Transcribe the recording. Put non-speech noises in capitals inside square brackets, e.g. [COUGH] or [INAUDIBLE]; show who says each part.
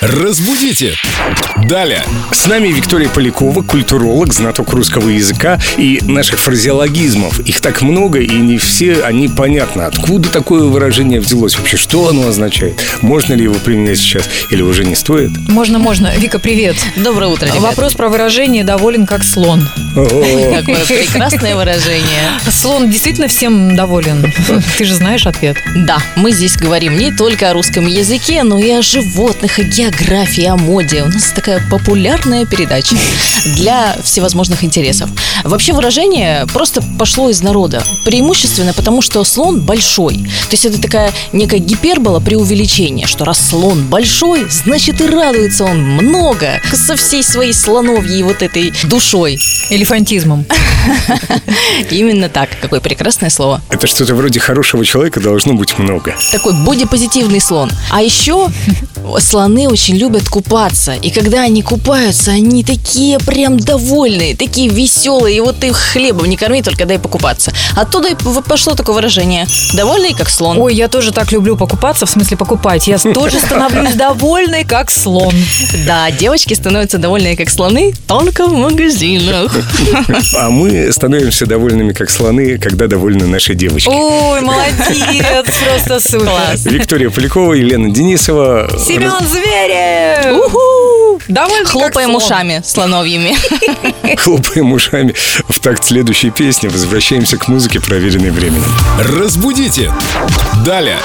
Speaker 1: Разбудите! Далее.
Speaker 2: С нами Виктория Полякова, культуролог, знаток русского языка и наших фразеологизмов. Их так много, и не все они понятны. Откуда такое выражение взялось вообще? Что оно означает? Можно ли его применять сейчас? Или уже не стоит?
Speaker 3: Можно, можно. Вика, привет.
Speaker 4: Доброе утро, ребята.
Speaker 3: Вопрос про выражение «доволен как слон».
Speaker 2: О,
Speaker 4: Какое прекрасное выражение.
Speaker 3: Слон действительно всем доволен. Ты же знаешь ответ.
Speaker 4: [LAUGHS] Да, мы здесь говорим не только о русском языке, но и о животных, о географии, о моде. У нас такая популярная [LAUGHS] передача для всевозможных интересов. Вообще выражение просто пошло из народа. Преимущественно потому, что слон большой. То есть это такая некая гипербола преувеличение, что раз слон большой, значит и радуется он много со всей своей слоновьей вот этой душой. [LAUGHS]
Speaker 3: Элефантизмом.
Speaker 4: Именно так. Какое прекрасное слово.
Speaker 2: Это что-то вроде хорошего человека должно быть много.
Speaker 4: такой бодипозитивный слон. А еще слоны очень любят купаться. И когда они купаются, они такие прям довольные, такие веселые. И вот ты их хлебом не корми, только дай покупаться. Оттуда и п- пошло такое выражение. Довольный, как слон.
Speaker 3: Ой, я тоже так люблю покупаться, в смысле покупать. Я тоже становлюсь довольной, как слон.
Speaker 4: Да, девочки становятся довольные, как слоны, только
Speaker 3: [LAUGHS]
Speaker 4: в магазинах.
Speaker 2: А мы становимся довольными, как слоны, когда довольны наши девочки.
Speaker 3: Ой, молодец, [LAUGHS] просто супер.
Speaker 4: Класс.
Speaker 2: Виктория Полякова, Елена Денисова.
Speaker 3: Семен Зверев!
Speaker 4: Уху!
Speaker 3: Довольный как
Speaker 4: Хлопаем
Speaker 3: слон.
Speaker 4: ушами слоновьими.
Speaker 2: Раз- [LAUGHS] Хлопаем ушами в такт следующей песни. Возвращаемся к музыке, проверенной временем.
Speaker 1: Разбудите! Далее.